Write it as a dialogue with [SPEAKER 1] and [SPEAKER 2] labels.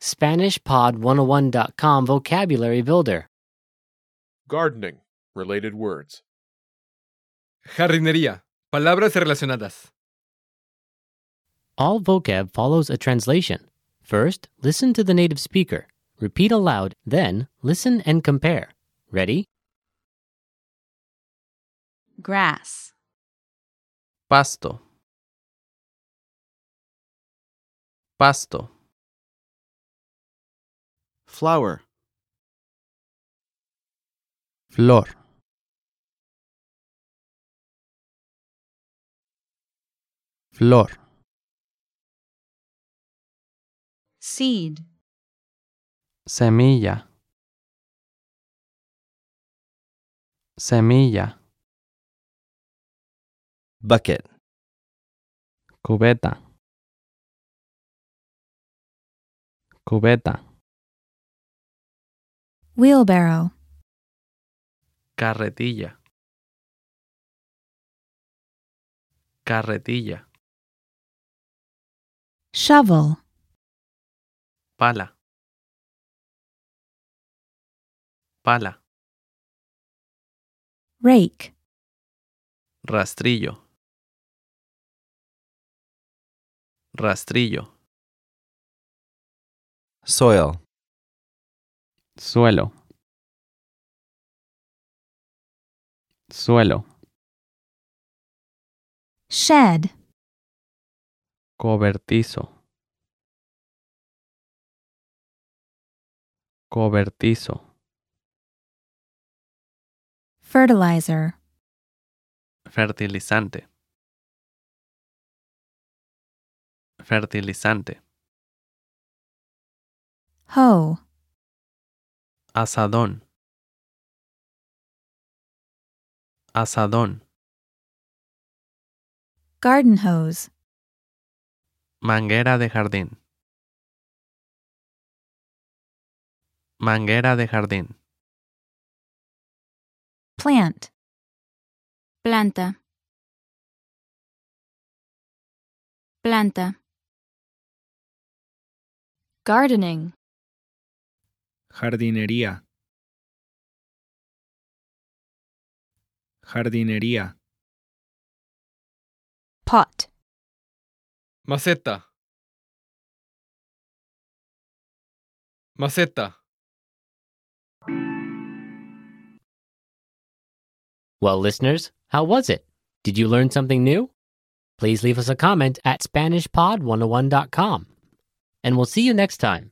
[SPEAKER 1] SpanishPod101.com Vocabulary Builder.
[SPEAKER 2] Gardening. Related words.
[SPEAKER 3] Jardinería. Palabras relacionadas.
[SPEAKER 1] All vocab follows a translation. First, listen to the native speaker. Repeat aloud, then, listen and compare. Ready?
[SPEAKER 4] grass,
[SPEAKER 5] Pasto. Pasto.
[SPEAKER 6] flower,
[SPEAKER 5] Flor. Flor.
[SPEAKER 4] seed,
[SPEAKER 5] Semilla. Semilla.
[SPEAKER 6] bucket,
[SPEAKER 5] Cubeta. Cubeta.
[SPEAKER 7] wheelbarrow,
[SPEAKER 5] Carretilla. Carretilla.
[SPEAKER 7] shovel,
[SPEAKER 5] Pala. Pala.
[SPEAKER 7] rake,
[SPEAKER 5] Rastrillo. Rastrillo.
[SPEAKER 6] soil,
[SPEAKER 5] Suelo. Suelo.
[SPEAKER 7] shed,
[SPEAKER 5] Cobertizo. Cobertizo.
[SPEAKER 7] fertilizer,
[SPEAKER 5] Fertilizante. Fertilizante.
[SPEAKER 7] hoe,
[SPEAKER 5] Asadón. Asadón.
[SPEAKER 7] garden hose,
[SPEAKER 5] Manguera de jardín. Manguera de jardín.
[SPEAKER 7] plant,
[SPEAKER 4] planta, planta. Gardening,
[SPEAKER 8] Jardinería. Jardinería.
[SPEAKER 7] pot,
[SPEAKER 3] Maceta. Maceta.
[SPEAKER 1] Well, listeners, how was it? Did you learn something new? oh Please leave us a comment at SpanishPod101.com. And we'll see you next time.